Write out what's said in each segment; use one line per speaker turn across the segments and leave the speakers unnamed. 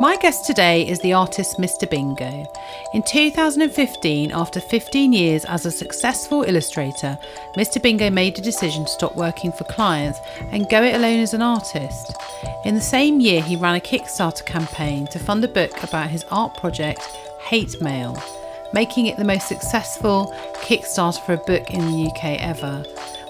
My guest today is the artist Mr. Bingo. In 2015, after 15 years as a successful illustrator, Mr. Bingo made a decision to stop working for clients and go it alone as an artist. In the same year, he ran a Kickstarter campaign to fund a book about his art project, Hate Mail, making it the most successful Kickstarter for a book in the UK ever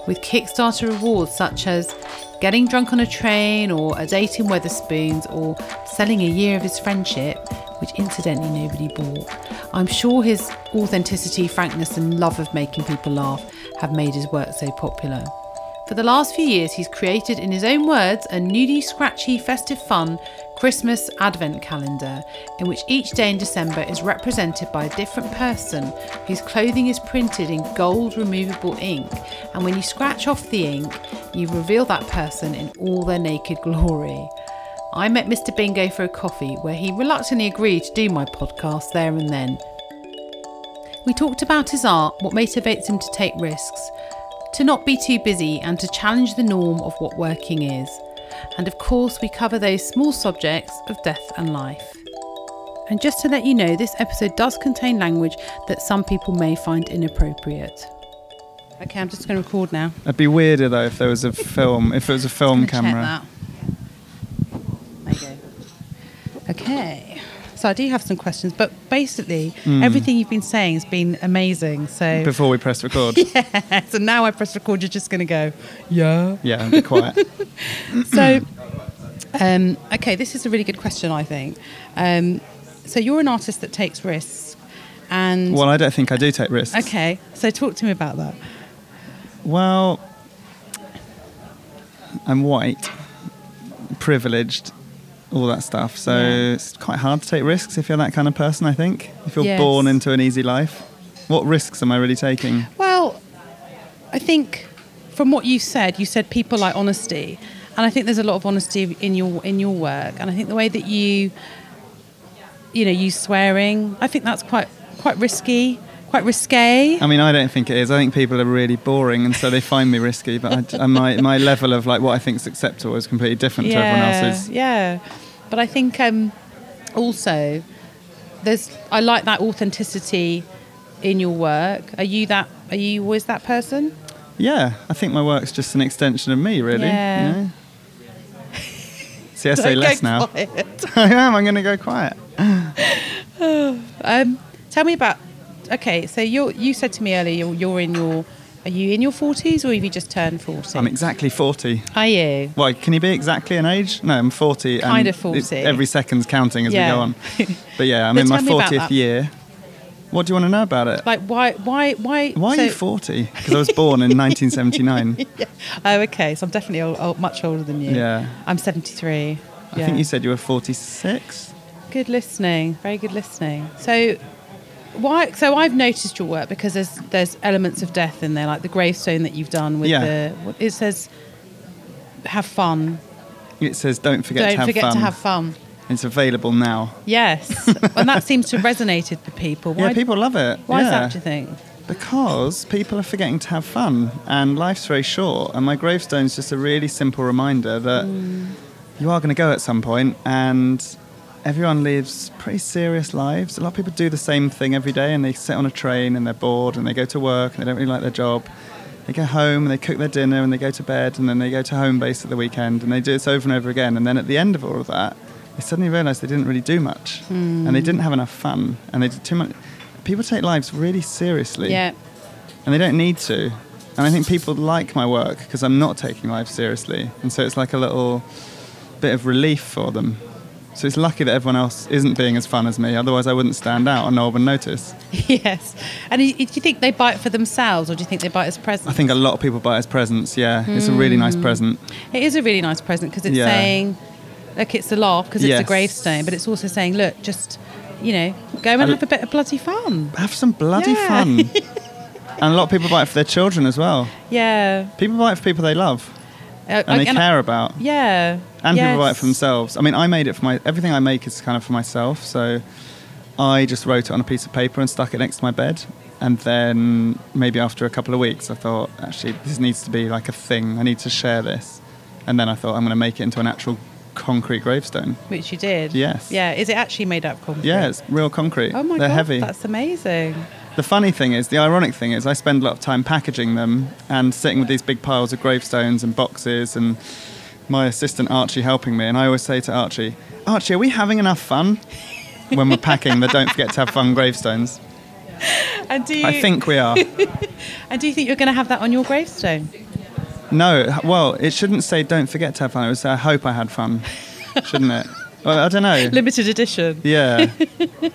with Kickstarter rewards such as getting drunk on a train or a date in Weatherspoons or selling a year of his friendship, which incidentally nobody bought. I'm sure his authenticity, frankness, and love of making people laugh have made his work so popular. For the last few years, he's created, in his own words, a nudie, scratchy, festive fun Christmas advent calendar in which each day in December is represented by a different person whose clothing is printed in gold removable ink. And when you scratch off the ink, you reveal that person in all their naked glory. I met Mr. Bingo for a coffee where he reluctantly agreed to do my podcast there and then. We talked about his art, what motivates him to take risks, to not be too busy, and to challenge the norm of what working is. And of course, we cover those small subjects of death and life. And just to let you know, this episode does contain language that some people may find inappropriate. Okay, I'm just going to record now.
It'd be weirder though if there was a film, if it was a film
Check
camera.
that. There you go. Okay. So I do have some questions, but basically everything you've been saying has been amazing. So
Before we press record,
so now I press record, you're just going to go, yeah.
yeah, be quiet.
So, um, okay, this is a really good question, I think. Um, so you're an artist that takes risks, and
Well, I don't think I do take risks.
okay, so talk to me about that.
Well, I'm white, privileged, all that stuff. So
Yeah.
it's quite hard to take risks if you're that kind of person. I think if you're
Yes.
born into an easy life, what risks am I really taking?
Well, I think from what you said, you said people like honesty, and I think there's a lot of honesty in your in your work, and I think the way that you, you know, use swearing, I think that's quite quite risky, quite risque.
I mean, I don't think it is. I think people are really boring, and so they find me risky. But I, my my level of like what I think is acceptable is completely different to everyone else's.
Yeah, but I think um, also there's I like that authenticity in your work. Are you that? Are you always that person?
Yeah, I think my work's just an extension of me, really.
Yeah.
You know? See, I say
Don't
less
go
now.
quiet.
I am. I'm going to go quiet.
Um, tell me about. Okay, so you you said to me earlier you're, you're in your are you in your forties or have you just turned forty?
I'm exactly 40.
are you?
Why? Can you be exactly an age? No, I'm 40. and
Kind of
it's-
40.
Every second's counting as
Yeah.
we go on. But yeah, I'm
So
in my
tell me about that.
40th year. What do you want to know about it?
Like why why why?
Why
so-
are you 40? Because I was born in 1979.
Oh, okay. So I'm definitely old, old, much older than you.
Yeah.
I'm 73.
I think you said you were 46.
Good listening, very good listening. So, why? So I've noticed your work because there's there's elements of death in there, like the gravestone that you've done with
Yeah.
the. what- It says, "Have fun."
It says don't forget,
Don't
to, have
forget
fun.
to have fun.
It's available now.
Yes, and that seems to have resonated with people. Why,
yeah, people love it.
why is
Yeah.
that? Do you think?
Because people are forgetting to have fun, and life's very short. And my gravestone's just a really simple reminder that you are going to go at some point, and everyone lives pretty serious lives. A lot of people do the same thing every day, and they sit on a train, and they're bored, and they go to work, and they don't really like their job. They go home, and they cook their dinner, and they go to bed, and then they go to home base at the weekend, and they do this over and over again. And then at the end of all of that, they suddenly realise they didn't really do much, and they didn't have enough fun, and they did too much. People take lives really seriously
Yeah,
and they don't need to. And I think people like my work because I'm not taking life seriously, and so it's like a little bit of relief for them. So it's lucky that everyone else isn't being as fun as me, otherwise I wouldn't stand out and no one would notice.
yes. And i- do you think they buy it for themselves, or do you think they buy it as
I
presents?
think a lot of people buy it as presents. Yeah, it's a really nice present.
It is a really nice present because it's
Yeah.
saying, look, it's a laugh because it's a
Yes.
gravestone, but it's also saying, look, just, you know, go and
I-
have a bit of bloody fun.
Have some bloody
Yeah.
fun. and a lot of people buy it for their children as well.
Yeah.
People buy it for people they love
Uh,
and
I-
they care about.
yeah.
and
yes.
people write for themselves. I mean, I made it for my everything I make is kind of for myself. So I just wrote it on a piece of paper and stuck it next to my bed. And then maybe after a couple of weeks, I thought actually this needs to be like a thing. I need to share this. And then I thought I'm going to make it into an actual concrete gravestone.
Which you did.
Yes.
Yeah. Is it actually made up of concrete?
Yeah, it's real concrete.
Oh my
They're
god,
heavy.
that's amazing.
The funny thing is, the ironic thing is, I spend a lot of time packaging them and sitting with these big piles of gravestones and boxes and my assistant Archie helping me. And I always say to Archie, Archie, are we having enough fun? When we're packing the Don't Forget to Have Fun gravestones.
And do you,
I think we are.
And do you think you're going to have that on your gravestone?
No, h- well, it shouldn't say Don't Forget to Have Fun. It would say I hope I had fun, shouldn't it? Well, I don't know.
Limited edition.
Yeah.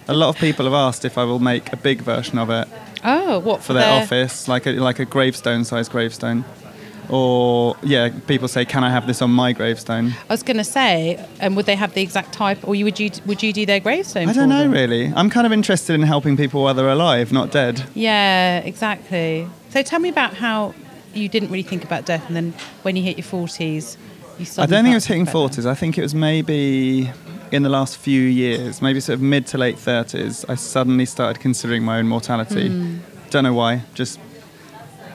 A lot of people have asked if I will make a big version of it.
Oh, what
for their office, like a, like a gravestone sized gravestone. Or yeah, people say, "Can I have this on my gravestone?"
I was going to say, and would they have the exact type, or you would you would you do their gravestone?
I
for
don't know
them?
really. I'm kind of interested in helping people while they're alive, not dead.
Yeah, exactly. So tell me about how you didn't really think about death, and then when you hit your forties, you
I
started.
don't think it was hitting forties. I think it was maybe in the last few years, maybe sort of mid to late thirties. I suddenly started considering my own mortality. Don't know why. Just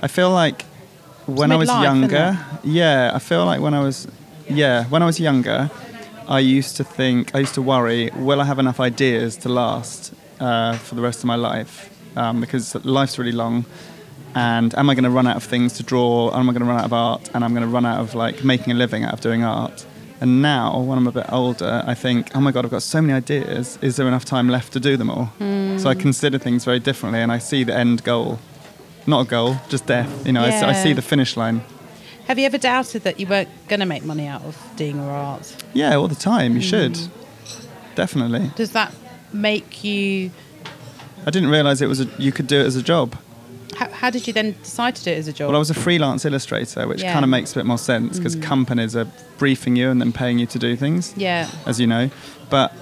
I feel like when I was
midlife, isn't
younger, yeah, I feel like when I was, yeah, when I was younger, I used to think, I used to worry, will I have enough ideas to last uh, for the rest of my life? Um, because life's really long, and am I going to run out of things to draw? Am I going to run out of art? And I'm going to run out of like making a living out of doing art. And now, when I'm a bit older, I think, oh my god, I've got so many ideas. Is there enough time left to do them all?
Hmm.
So I consider things very differently, and I see the end goal, not a goal, just death. You know, I s I I
Yeah.
see the finish line.
Have you ever doubted that you weren't going to make money out of doing your art?
Yeah, all the time.
Hmm.
You should. Definitely.
Does that make you?
I didn't realize it was a, you could do it as a job.
How, how did you then decide to do it as a job?
Well, I was a freelance illustrator, which
Yeah. Hmm.
kind of makes a bit more sense because companies are briefing you and then paying you to do things,
yeah,
as you know. But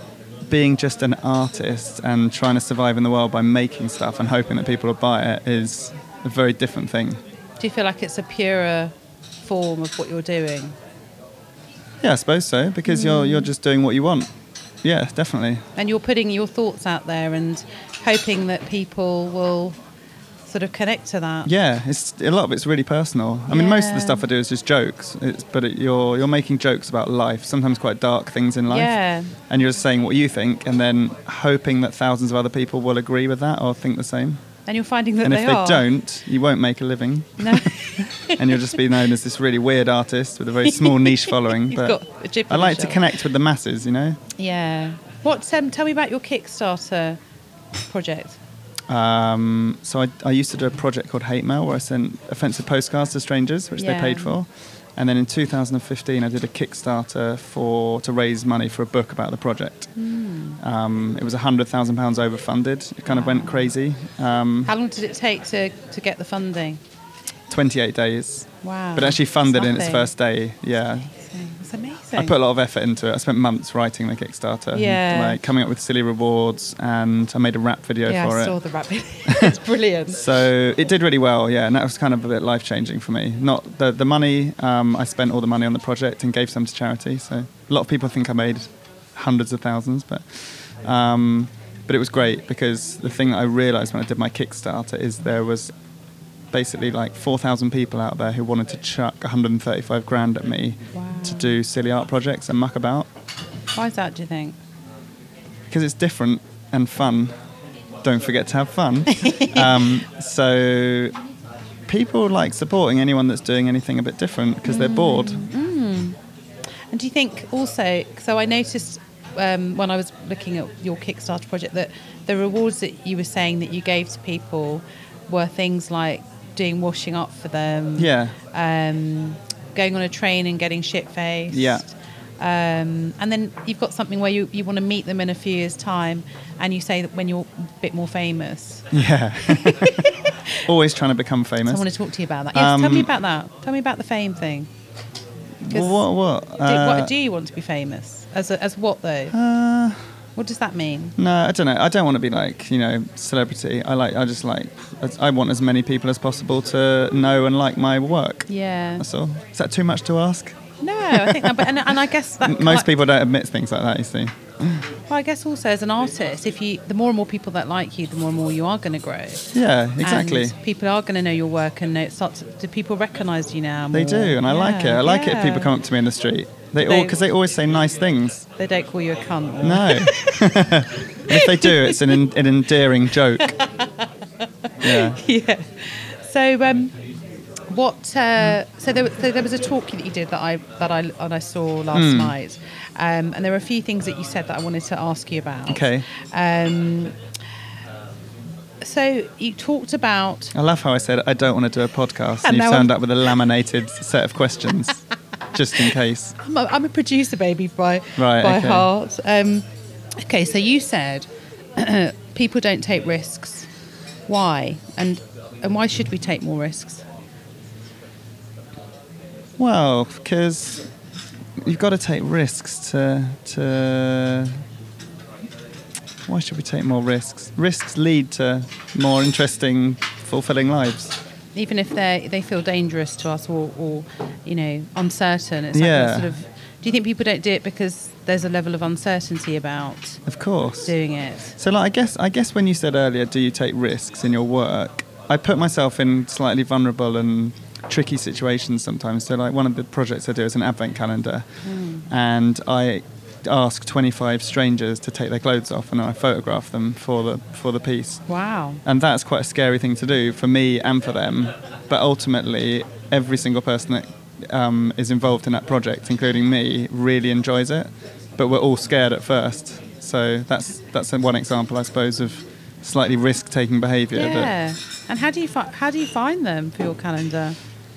being just an artist and trying to survive in the world by making stuff and hoping that people will buy it is a very different thing.
do you feel like it's a purer form of what you're doing?
Yeah, I suppose so because you're
Hmm.
you're just doing what you want. Yeah, definitely.
and you're putting your thoughts out there and hoping that people will sort of connect to that.
Yeah, it's a lot of it's really personal. I mean, most of the
Yeah.
stuff I do is just jokes. It's, but it, you're you're making jokes about life, sometimes quite dark things in life.
Yeah.
And you're just saying what you think, and then hoping that thousands of other people will agree with that or think the same.
And you're finding that
and
they
if they
are.
don't, you won't make a living,
no, you've
and you'll just be known as this really weird artist with a very small niche following.
got
but
a jib
I
on
like
the
to
show.
connect with the masses, you know.
Yeah. What? Um, tell me about your Kickstarter project.
Um, so I, I used to do a project called Hate Mail where I sent offensive postcards to strangers, which
Yeah.
they paid for. And then in 2015, I did a Kickstarter for to raise money for a book about the project.
Hmm.
Um, it was £100,000 overfunded. It kind of went crazy. Um,
How long did it take to, to get the funding?
28 days.
Wow.
But actually funded
That's
in its
nothing.
first day. Yeah.
It's amazing.
I put a lot of effort into it. I spent months writing the Kickstarter, and,
Yeah.
like coming up with silly rewards, and I made a rap video
yeah,
for
I
it.
saw the rabbit. it's brilliant.
So it did really well, yeah, and that was kind of a bit life changing for me. Not the the money um, I spent all the money on the project and gave some to charity. So a lot of people think I made hundreds of thousands, but um, but it was great because the thing that I realised when I did my Kickstarter is there was basically like four thousand people out there who wanted to chuck one hundred and thirty five grand at me to do silly art projects and muck about
Why is that? Do you think?
because it's different and fun. Don't forget to have fun. um, so people like supporting anyone that's doing anything a bit different because
Mm.
they're bored.
And do you think also? So I noticed um, when I was looking at your Kickstarter project that the rewards that you were saying that you gave to people were things like doing washing up for them,
Yeah,
um, going on a train and getting shit faced,
Yeah.
Um, and then you've got something where you, you want to meet them in a few years' time, and you say that when you're a bit more famous.
yeah. Always trying to become
So I
famous.
want to talk to you about that. Yes, tell me
Um,
about that. Tell me about the fame thing. 'Cause
Well, what? What?
do,
Uh,
what do you want to be famous as? A, as what though?
uh,
What does that mean?
no, I don't know. I don't want to be like you know celebrity. I like. I just like. I want as many people as possible to know and like my work.
Yeah.
That's all. Is that too much to ask?
No, I think, but and, and I guess that
Most
like-
people don't admit things like that. You see.
Well, I guess also as an artist, if you the more and more people that like you, the more and more you are going to grow.
Yeah, exactly.
And people are going to know your work and know, start to, do people recognise you now?
They
more?
do, and I like it.
Yeah,
I like it if
yeah.
people come up to me in the street They all because they always say nice things.
They don't call you a cunt.
No. And if they do, it's an, en- an endearing joke. Yeah.
yeah. So, um, what? Uh, so, there, so there was a talk that you did that I that I and I saw last
Hmm.
night, um, and there were a few things that you said that I wanted to ask you about.
Okay.
Um, so you talked about
I love how I said I don't want to do a podcast, and
And
you
now
turned
I'm-
up with a laminated set of questions, just in case.
I'm a, I'm a producer baby by
Right,
by
okay.
heart. Um, okay, so you said people don't take risks. Why and and why should we take more risks?
Well, because you've got to take risks to to. Why should we take more risks? Risks lead to more interesting, fulfilling lives.
even if they they feel dangerous to us or, or you know uncertain it's like
Yeah.
a sort of do you think people don't do it because there's a level of uncertainty about
Of course.
doing it
So like I guess I guess when you said earlier, do you take risks in your work? I put myself in slightly vulnerable and tricky situations sometimes. So like one of the projects I do is an advent calendar, and I ask 25 strangers to take their clothes off, and I photograph them for the for the piece.
wow
And that's quite a scary thing to do for me and for them. But ultimately, every single person that um, is involved in that project, including me, really enjoys it. But we're all scared at first. So that's that's one example, I suppose, of slightly risk-taking behaviour.
yeah,
that-
and how do you fi- how do you find them for your calendar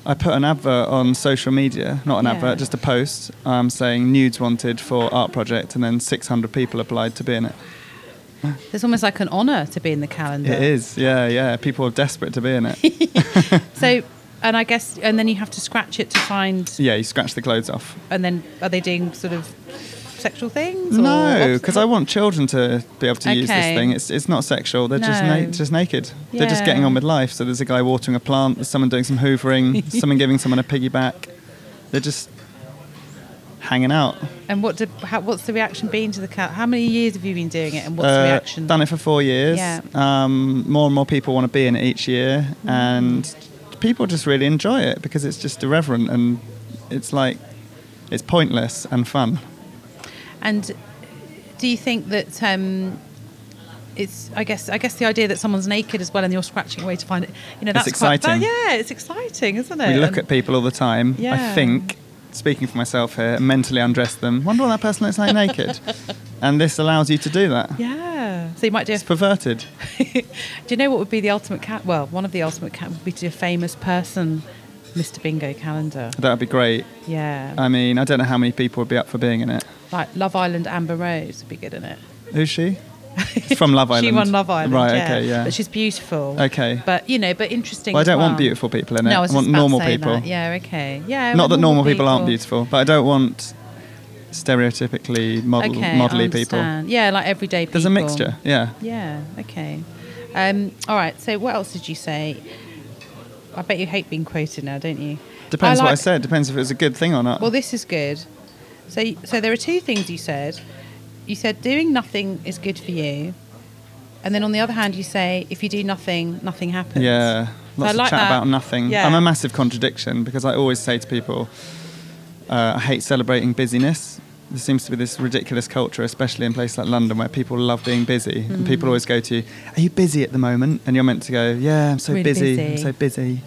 I put an advert on social media, not an
Yeah.
advert, just a post, um, saying nudes wanted for art project, and then 600 people applied to be in it.
it's almost like an honor to be in the calendar
It is, yeah, yeah. People are desperate to be in it.
so and i guess and then you have to scratch it to find
yeah, you scratch the clothes off.
and then are they doing sort of sexual things or
No,
obs-
because I want children to be able to use this
Okay.
thing. It's it's not sexual. They're just
No.
na- just naked. They're just getting
Yeah.
on with life. So there's a guy watering a plant. There's someone doing some hoovering. someone giving someone a piggyback. They're just hanging out.
and what do, how, what's the reaction been to the cal- how many years have you been doing it and what's
Uh,
the reaction
Done it for four years.
Yeah.
Um, more and more people want to be in it each year, and people just really enjoy it because it's just irreverent and it's like it's pointless and fun.
And do you think that um, it's? I guess I guess the idea that someone's naked as well, and you're scratching away to find it. You know,
It's
that's quite- that-
exciting.
yeah, it's exciting, isn't it?
We look
And-
at people all the time. I
Yeah.
think, speaking for myself here, and mentally undress them. Wonder what that person looks like naked. And this allows you to do that.
yeah. So you might do.
It's perverted.
A, do you know what would be the ultimate cat? Well, one of the ultimate cat would be to do a famous person, Mr. Bingo calendar.
That would be great.
Yeah.
I mean, I don't know how many people would be up for being in it.
like Love Island Amber Rose would be good in it.
Who's she? It's from Love Island.
She won Love Island.
Right,
yeah.
okay, yeah.
But she's beautiful.
Okay.
But you know, but interesting.
Well, I
as
don't want
well.
beautiful people in it.
No, I, was
I want
just about to
normal
say
people.
that. Yeah. Okay. Yeah.
Not that normal people, aren't beautiful, but I don't want stereotypically model,
okay,
modelly
I
people.
understand. Yeah, like everyday people.
There's a mixture, yeah.
Yeah, okay. Um, all right, so what else did you say? I bet you hate being quoted now, don't you?
Depends what I
like-
said, depends if it was a good thing or not.
Well, this is good. So, so there are two things you said. You said doing nothing is good for you, and then on the other hand, you say if you do nothing, nothing happens.
Yeah,
So
lots
I
of
like
chat
that.
about nothing.
Yeah.
I'm a massive contradiction because I always say to people, uh, I hate celebrating busyness. There seems to be this ridiculous culture, especially in places like London, where people love being busy.
Mm.
And people always go to you, Are you busy at the moment? And you're meant to go, Yeah, I'm so
Really
busy, I'm
busy."
so busy.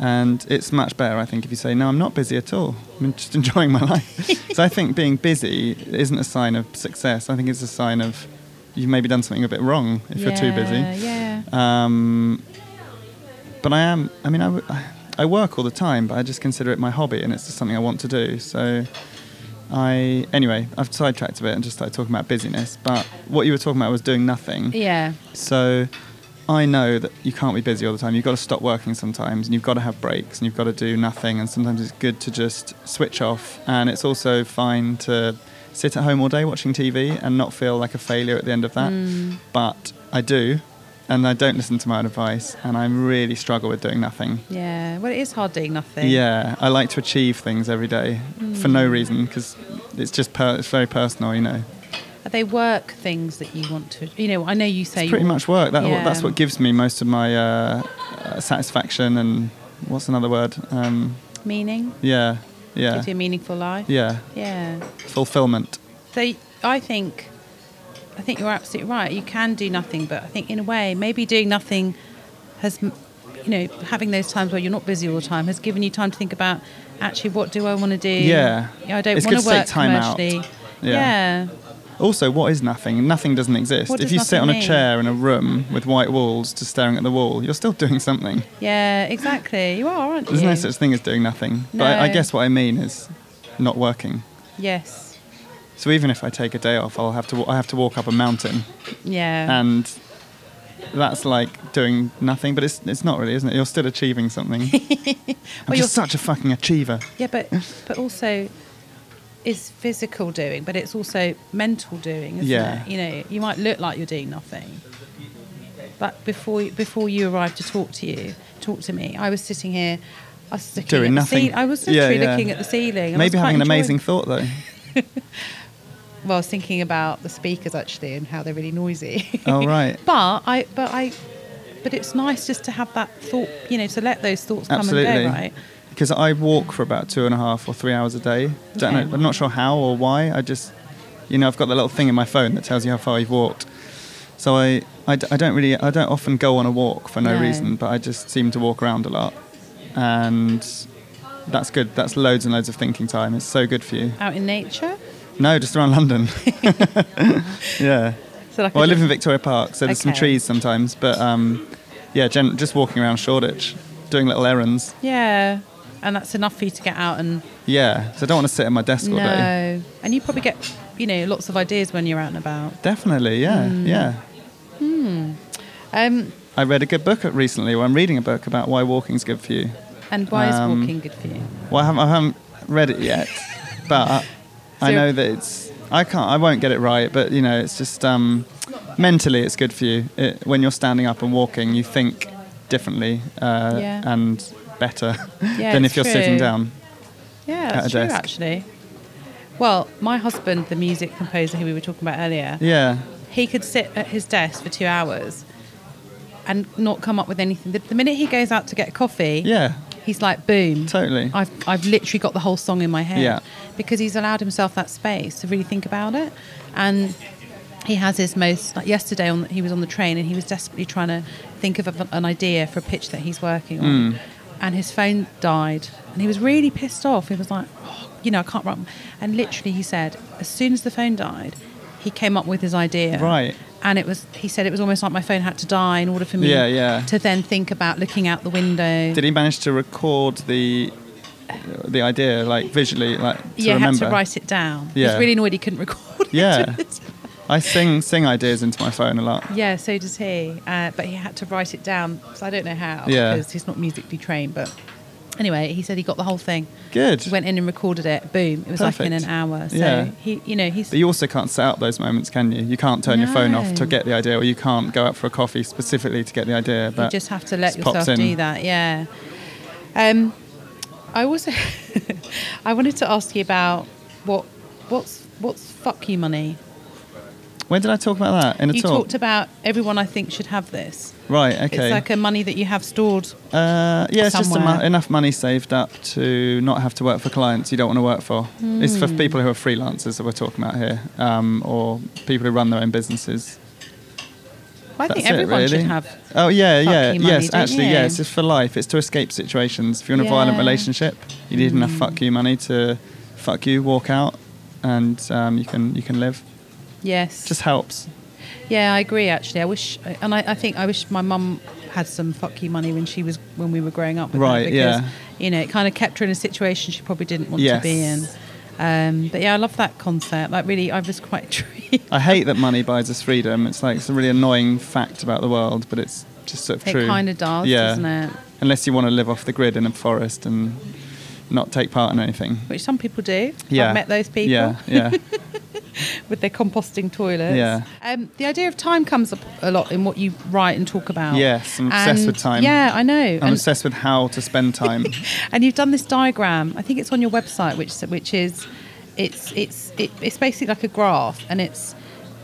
And it's much better, I think, if you say, No, I'm not busy at all. I'm just enjoying my life. so I think being busy isn't a sign of success. I think it's a sign of you've maybe done something a bit wrong if you're too busy.
Yeah, Yeah.
Um, but I am. I mean, I, w- I work all the time, but I just consider it my hobby, and it's just something I want to do. So, I anyway, I've sidetracked a bit and just started talking about busyness. But what you were talking about was doing nothing.
yeah.
So, I know that you can't be busy all the time. You've got to stop working sometimes, and you've got to have breaks, and you've got to do nothing. And sometimes it's good to just switch off. And it's also fine to sit at home all day watching TV and not feel like a failure at the end of that. But I do, and I don't listen to my own advice, and I really struggle with doing nothing.
Yeah. Well, it is hard doing nothing.
Yeah, I like to achieve things every day for no reason because it's just per- it's very personal, you know.
Are they work things that you want to? You know, I know you say
It's
you
pretty
want-
much work. That,
Yeah.
That's what gives me most of my uh, uh, satisfaction and what's another word? Um,
meaning.
yeah, Yeah.
Gives you a meaningful life.
Yeah.
Yeah.
Fulfillment.
So I think, I think you're absolutely right. You can do nothing, but I think in a way, maybe doing nothing has, m- you know, having those times where you're not busy all the time has given you time to think about actually what do I want to do.
Yeah.
I don't
It's
want
good
to
to take
work
time out.
commercially.
Yeah.
yeah.
Also, what is nothing? Nothing doesn't exist.
What
if
does
you sit
nothing
on a
mean?
chair in a room with white walls just staring at the wall, you're still doing something.
Yeah, exactly. You are, aren't
There's
you?
no such thing as doing nothing. But I, I
No.
guess what I mean is not working.
Yes.
So even if I take a day off, I'll have to wa- I have to walk up a mountain,
Yeah.
and that's like doing nothing. But it's it's not really, isn't it? You're still achieving something. I'm
Well,
just
you're-
such a fucking achiever.
yeah, but but also is physical doing, but it's also mental doing, isn't
Yeah.
it? You know, you might look like you're doing nothing. But before before you arrived to talk to you, talk to me, I was sitting here I was looking
Doing
at
nothing.
The ceil- I was
Yeah,
literally
yeah.
looking at the ceiling. and I was
Maybe having an
quite enjoying-
amazing thought though.
Well, I was thinking about the speakers actually and how they're really noisy.
Oh, right.
but I, but I, but it's nice just to have that thought, you know, to let those thoughts come
Absolutely.
and go, right?
Because I walk for about two and a half or three hours a day. Don't
Okay.
know, I'm not sure how or why. I just, you know, I've got the little thing in my phone that tells you how far you've walked. So I, I, d- I don't really, I don't often go on a walk for no,
No.
reason, but I just seem to walk around a lot. And that's good. That's loads and loads of thinking time. It's so good for you.
Out in nature.
No, just around London. yeah.
So like
Well, I
just-
live in Victoria Park, so there's some
Okay.
trees sometimes, but um, yeah, gen- just walking around Shoreditch, doing little errands.
Yeah, and that's enough for you to get out and
Yeah, so I don't want to sit at my desk all day.
no. And you probably get, you know, lots of ideas when you're out and about.
Definitely, yeah,
Hmm.
yeah.
Um,
I read a good book recently. Well, I'm reading a book about why walking's good for you.
and why
Um,
is walking good for you?
Well, I haven't, I haven't read it yet, but I
So-
know that it's. I can't. I won't get it right, but you know, it's just um, mentally, it's good for you. It, when you're standing up and walking, you think differently uh,
Yeah.
and better
Yeah,
than
it's
if you're sitting
true.
down.
Yeah,
at
that's
a
true
desk.
actually. Well, my husband, the music composer who we were talking about earlier,
Yeah,
he could sit at his desk for two hours and not come up with anything. The, the minute he goes out to get coffee,
yeah,
he's like, boom.
totally.
I've, I've literally got the whole song in my head
Yeah.
because he's allowed himself that space to really think about it and he has his most like yesterday on he was on the train and he was desperately trying to think of a, an idea for a pitch that he's working on
Hmm.
and his phone died and he was really pissed off he was like oh, you know I can't write and literally he said as soon as the phone died he came up with his idea
Right.
and it was he said it was almost like my phone had to die in order for me
Yeah, yeah.
to then think about looking out the window
Did he manage to record the the idea like visually, like to
yeah,
remember?
had to write it down. He
Yeah.
was really annoyed he couldn't record
Yeah.
it.
I sing sing ideas into my phone a lot.
yeah, so does he. Uh, but he had to write it down. So I don't know how
Yeah.
because he's not musically trained. But anyway, he said he got the whole thing.
Good.
Went in and recorded it. Boom! It was like in
Perfect.
an hour. So
Yeah.
he, you know, he's
But you also can't set up those moments, can you? You can't turn your phone off
No.
to get the idea, or you can't go out for a coffee specifically to get the idea. But
you just have to let
just pops
yourself
in.
do that. Yeah. Um, I also, I wanted to ask you about what, what's, what's fuck you money?
when did I talk about that in a
You
talk?
talked about everyone. I think should have this.
right.
It's
Okay.
like a money that you have stored
uh, yeah, it's just
somewhere.
emu- enough money saved up to not have to work for clients you don't want to work for. It's for
Hmm.
people who are freelancers that we're talking about here, um, or people who run their own businesses.
I think
That's it,
everyone should
really.
have.
Oh yeah,
fuck
yeah,
you money,
yes.
don't
Actually,
you?
yeah. It's just for life. It's to escape situations. If you're in a violent
Yeah.
relationship, you need enough fuck you money to fuck you, walk out, and um, you can you can live.
Yes.
Just helps.
yeah, I agree. Actually, I wish, and I, I think I wish my mum had some fuck you money when she was when we were growing up. With her
Right,
because,
yeah.
You know, it kind of kept her in a situation she probably didn't want
Yes.
to be in. Um, but yeah, I love that concept. Like, really, I was quite intrigued.
I hate that money buys us freedom. It's like it's a really annoying fact about the world, but it's just sort of
It
true.
kind of does,
yeah.
doesn't it?
Unless you want to live off the grid in a forest and not take part in anything.
Which some people do.
Yeah.
I've met those people
Yeah, yeah.
with their composting toilets.
Yeah.
Um, the idea of time comes up a lot in what you write and talk about.
Yes, I'm obsessed
And-
with time.
Yeah, I know. And-
I'm obsessed with how to spend time.
and you've done this diagram. I think it's on your website, which which is it's it's it, it's basically like a graph, and it's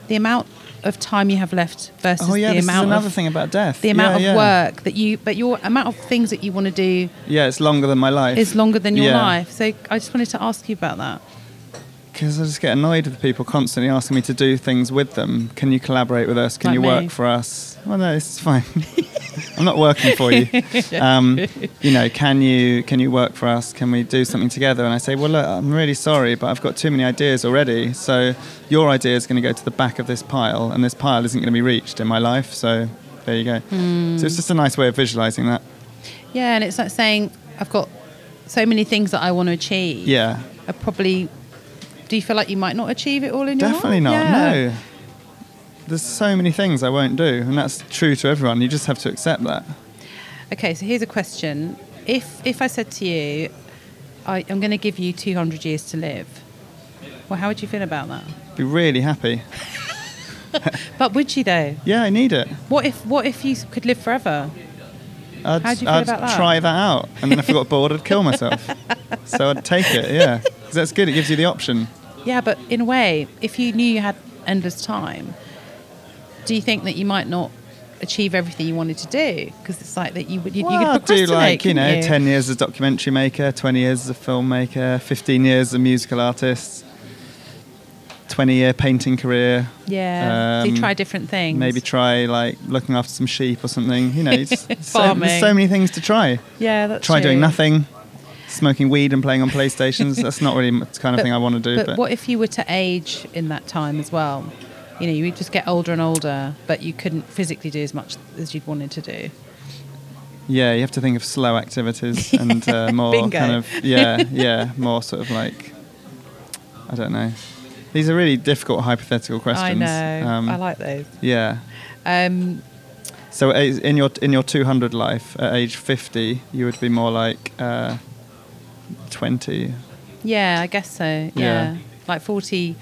the amount of time you have left versus
Oh yeah,
the
this is
amount
another
of
thing about death.
the amount
yeah,
of
yeah.
work that you but your amount of things that you want to do
Yeah, it's longer than my life.
is longer than your
Yeah.
life. So I just wanted to ask you about that.
Because I just get annoyed with people constantly asking me to do things with them. Can you collaborate with us? Can
Like
you
me.
work for us? Well, no, it's fine. I'm not working for you. Um, you know, can you can you work for us? Can we do something together? And I say, well, look, I'm really sorry, but I've got too many ideas already. So your idea is going to go to the back of this pile, and this pile isn't going to be reached in my life. So there you go.
Hmm.
So it's just a nice way of visualizing that.
Yeah, and it's like saying I've got so many things that I want to achieve.
Yeah,
I probably do you feel like you might not achieve it all in
Definitely
your
not.
life? Yeah.
No. There's so many things I won't do, and that's true to everyone. You just have to accept that.
Okay, so here's a question. If if I said to you, I, I'm going to give you 200 years to live, well, how would you feel about that?
Be really happy.
But would you though?
Yeah, I need it.
What if what if you could live forever?
I'd,
How do you feel
I'd
about that?
try that out, and then if I got bored, I'd kill myself. So I'd take it. Yeah, 'Cause that's good. It gives you the option.
Yeah, but in a way, if you knew you had endless time, do you think that you might not achieve everything you wanted to do? Because it's like that you would you,
Well,
you could
I'd do
procrastinate,
like you
couldn't
know,
you?
ten years as a documentary maker, twenty years as a filmmaker, fifteen years as a musical artist, twenty-year painting career.
Yeah, so you
um,
try different things.
Maybe try like looking after some sheep or something. You know, it's, so,
Farming.
there's so many things to try.
yeah, that's
Try doing
true.
nothing, smoking weed and playing on PlayStations. That's not really the kind of
But-
thing I want to do.
But,
But,
what if you were to age in that time as well? You know, you would just get older and older, but you couldn't physically do as much as you'd wanted to do.
yeah, you have to think of slow activities and uh, more
Bingo.
kind of yeah, yeah, more sort of like I don't know. These are really difficult hypothetical questions. Um,
I know. I like those.
Yeah.
Um,
So at age- in your in your 200 life at age 50, you would be more like uh, 20.
yeah, I guess so. Yeah.
Yeah.
Like 40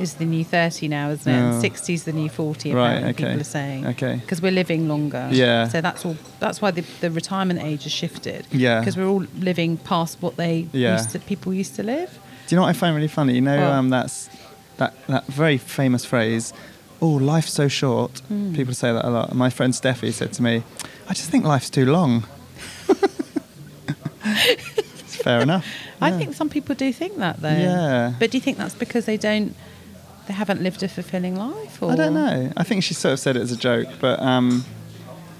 is the new 30 now, isn't it?
Oh.
And 60 is the new 40,
Right,
apparently,
okay.
people are saying.
Okay.
Because we're living longer.
Yeah.
So that's all. That's why the, the retirement age has shifted.
Yeah.
Because we're all living past what they
Yeah.
used to, people used to live.
Do you know what I find really funny? You know,
What?
um, that's that that very famous phrase. Oh, life's so short. People say that a lot. My friend Steffi said to me, "I just think life's too long." it's fair enough.
I
Yeah.
think some people do think that though.
Yeah.
But do you think that's because they don't they haven't lived a fulfilling life or
I don't know. I think she sort of said it as a joke, but um,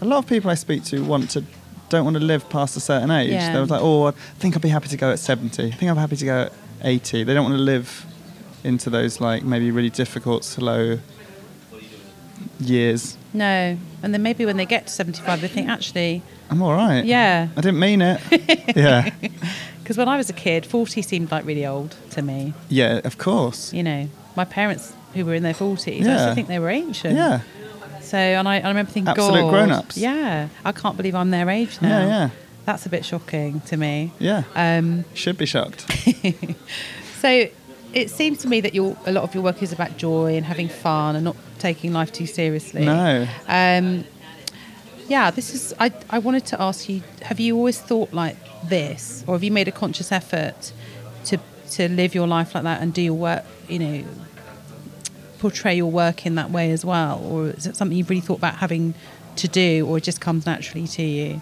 a lot of people I speak to want to don't want to live past a certain age.
Yeah.
They're like, "Oh, I think I'll be happy to go at 70. I think I'm happy to go at 80." They don't want to live into those like maybe really difficult, slow years.
No. And then maybe when they get to 75 they think actually
I'm all right.
yeah
I didn't mean it. yeah.
because when I was a kid 40 seemed like really old to me,
Yeah, of course.
you know. My parents who were in their 40s I used
Yeah.
to think they were ancient.
Yeah.
So and I, I remember thinking
Absolute
God,
grown-ups.
Yeah. I can't believe I'm their age now.
Yeah, yeah.
That's a bit shocking to me.
Yeah.
Um
Should be shocked.
So it seems to me that your, a lot of your work is about joy and having fun and not taking life too seriously.
No.
Um, yeah, this is. I, I wanted to ask you have you always thought like this, or have you made a conscious effort to, to live your life like that and do your work, you know, portray your work in that way as well? Or is it something you've really thought about having to do, or it just comes naturally to you?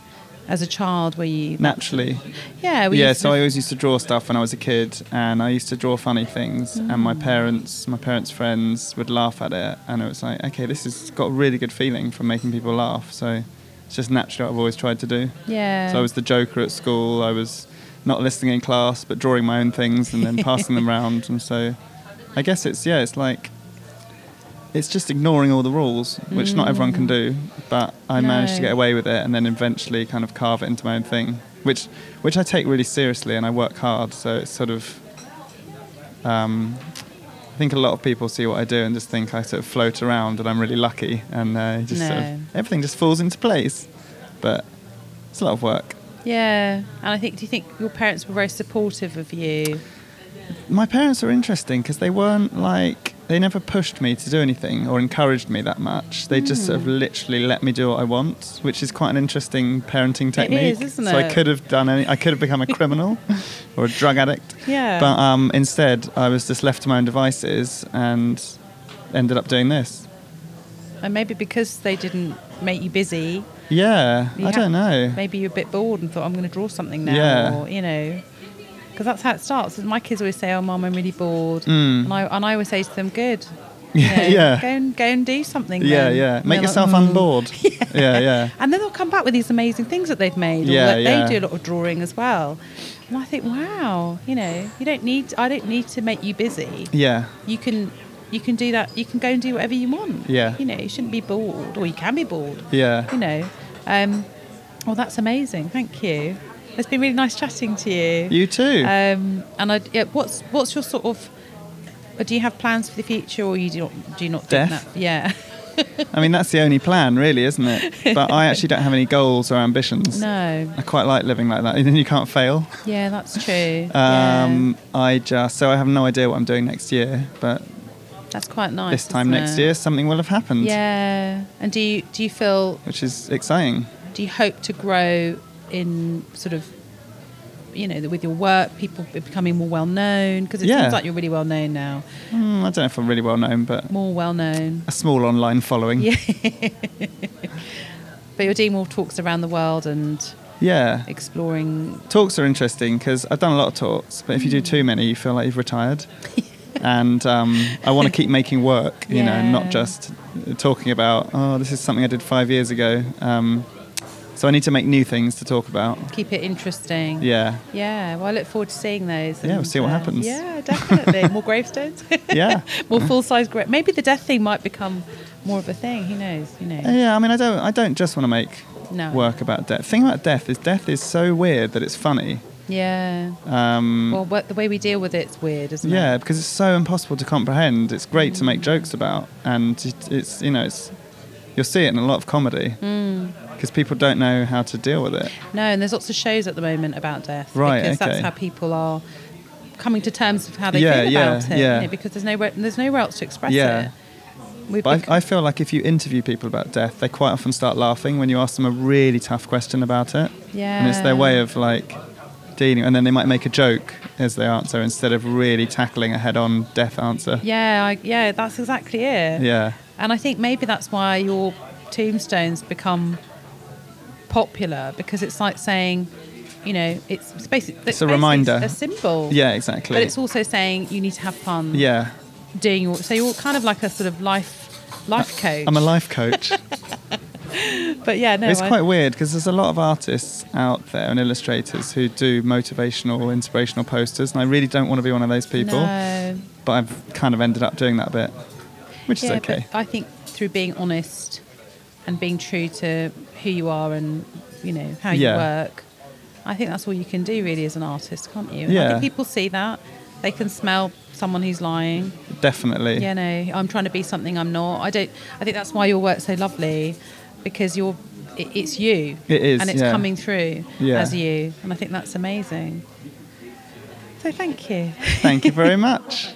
As a child, were you.
Naturally.
Yeah, were you
yeah,
sort
so
of-
I always used to draw stuff when I was a kid, and I used to draw funny things, and my parents, my parents' friends would laugh at it, and it was like, okay, this has got a really good feeling from making people laugh, so it's just naturally what I've always tried to do.
Yeah.
So I was the joker at school, I was not listening in class, but drawing my own things and then passing them around, and so I guess it's, yeah, it's like, it's just ignoring all the rules, which not everyone can do, but I managed to
Mm. No.
get away with it and then eventually kind of carve it into my own thing, which which I take really seriously and I work hard. So it's sort of, um, I think a lot of people see what I do and just think I sort of float around and I'm really lucky and uh, just sort
No.
of, everything just falls into place. But it's a lot of work.
Yeah, and I think do you think your parents were very supportive of you?
My parents were interesting because they weren't like they never pushed me to do anything or encouraged me that much. They just sort of
Hmm.
literally let me do what I want, which is quite an interesting parenting technique.
is, isn't
so I
it?
could have done any. I could have become a criminal or a drug addict.
Yeah.
But um, instead, I was just left to my own devices, and ended up doing this.
And maybe because they didn't make you busy,
Yeah,
you
I
ha-
don't know.
Maybe you're a bit bored and thought, I'm going to draw something now,
Yeah.
or you know, because that's how it starts. My kids always say, "Oh, mum, I'm really bored,"
Mm.
and I and I always say to them, "Good, you
Yeah,
know,
yeah.
go and go and do something."
yeah,
then."
yeah.
And
Make
they're
yourself
like,
on
"Mm."
board. yeah, yeah.
And then they'll come back with these amazing things that they've made. Or
Yeah,
that
yeah.
They do a lot of drawing as well. And I think, wow, you know, you don't need. I don't need to make you busy.
Yeah.
You can, you can do that. You can go and do whatever you want.
Yeah.
You know, you shouldn't be bored, or you can be bored. You
Yeah.
know. Um, well, that's amazing. Thank you. It's been really nice chatting to you.
You too.
Um, and I, yeah, what's what's your sort of? uh, Do you have plans for the future, or you do not? Do you not? think
Death?
That? Yeah.
I mean, that's the only plan, really, isn't it? But I actually don't have any goals or ambitions.
no.
I quite like living like that. Then you can't fail.
Yeah, that's true.
Um, I just so I have no idea what I'm doing next year, but
yeah. That's quite nice.
this time
isn't
next
it?
year something will have happened,
Yeah. And do you do you feel
which is exciting.
do you hope to grow in sort of you know with your work, people becoming more well known because it
Yeah.
seems like you're really well known now,
Hmm, I don't know if I'm really well known, but
more well known.
a small online following.
Yeah. But you're doing more talks around the world and
Yeah.
exploring.
Talks are interesting because I've done a lot of talks, but if you do too many, you feel like you've retired. and um, I want to keep making work, you know, and
Yeah.
not just talking about, oh, this is something I did five years ago. Um, so I need to make new things to talk about.
Keep it interesting.
Yeah.
Yeah, well, I look forward to seeing those. uh,
Yeah, we'll see what happens.
Yeah, definitely. More gravestones.
Yeah.
More full size grave. Maybe the death thing might become more of a thing. Who knows? You know.
Yeah, I mean, I don't, I don't just want to make
No.
work about death. thing about death is death is so weird that it's funny.
Yeah.
Um,
Well, what, the way we deal with it's weird, isn't it?
yeah, because it's so impossible to comprehend. It's great to
Mm.
make jokes about, and it, it's you know, it's you'll see it in a lot of comedy
Mm.
because people don't know how to deal with it.
No, and there's lots of shows at the moment about death.
Right,
Because that's
okay.
how people are coming to terms with how they
Yeah,
feel
yeah,
about it.
yeah.
You know, because there's nowhere there's nowhere else to express
Yeah.
it. We've
But
bec-
I, I feel like if you interview people about death, they quite often start laughing when you ask them a really tough question about it. And it's
Yeah.
their way of like dealing, and then they might make a joke as their answer instead of really tackling a head-on death answer.
yeah, I, yeah, that's exactly it.
Yeah.
And I think maybe that's why your tombstones become popular because it's like saying, you know, it's, it's basically
It's a reminder.
a symbol.
Yeah, exactly.
But it's also saying you need to have fun.
yeah.
Doing your so you're kind of like a sort of life life coach.
I'm a life coach.
But yeah, no,
it's
I-
quite weird because there's a lot of artists out there and illustrators who do motivational, inspirational posters, and I really don't want to be one of those people.
No.
But I've kind of ended up doing that bit, which
Yeah,
is okay.
but I think through being honest and being true to who you are and you know how
Yeah.
you work, I think that's all you can do really as an artist, can't you? I
Yeah.
think people see that they can smell someone who's lying.
Definitely.
You know, I'm trying to be something I'm not. I don't. I think that's why your work's so lovely because you're. It, it's you.
It is,
and it's
yeah.
coming through
Yeah.
as you, and I think that's amazing. So thank you.
Thank you very much.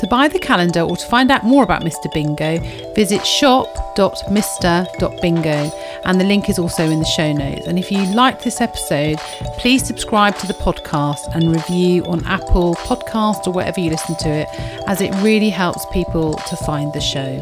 To buy the calendar or to find out more about Mr. Bingo, visit shop.mr.bingo and the link is also in the show notes. And if you like this episode, please subscribe to the podcast and review on Apple Podcast or wherever you listen to it, as it really helps people to find the show.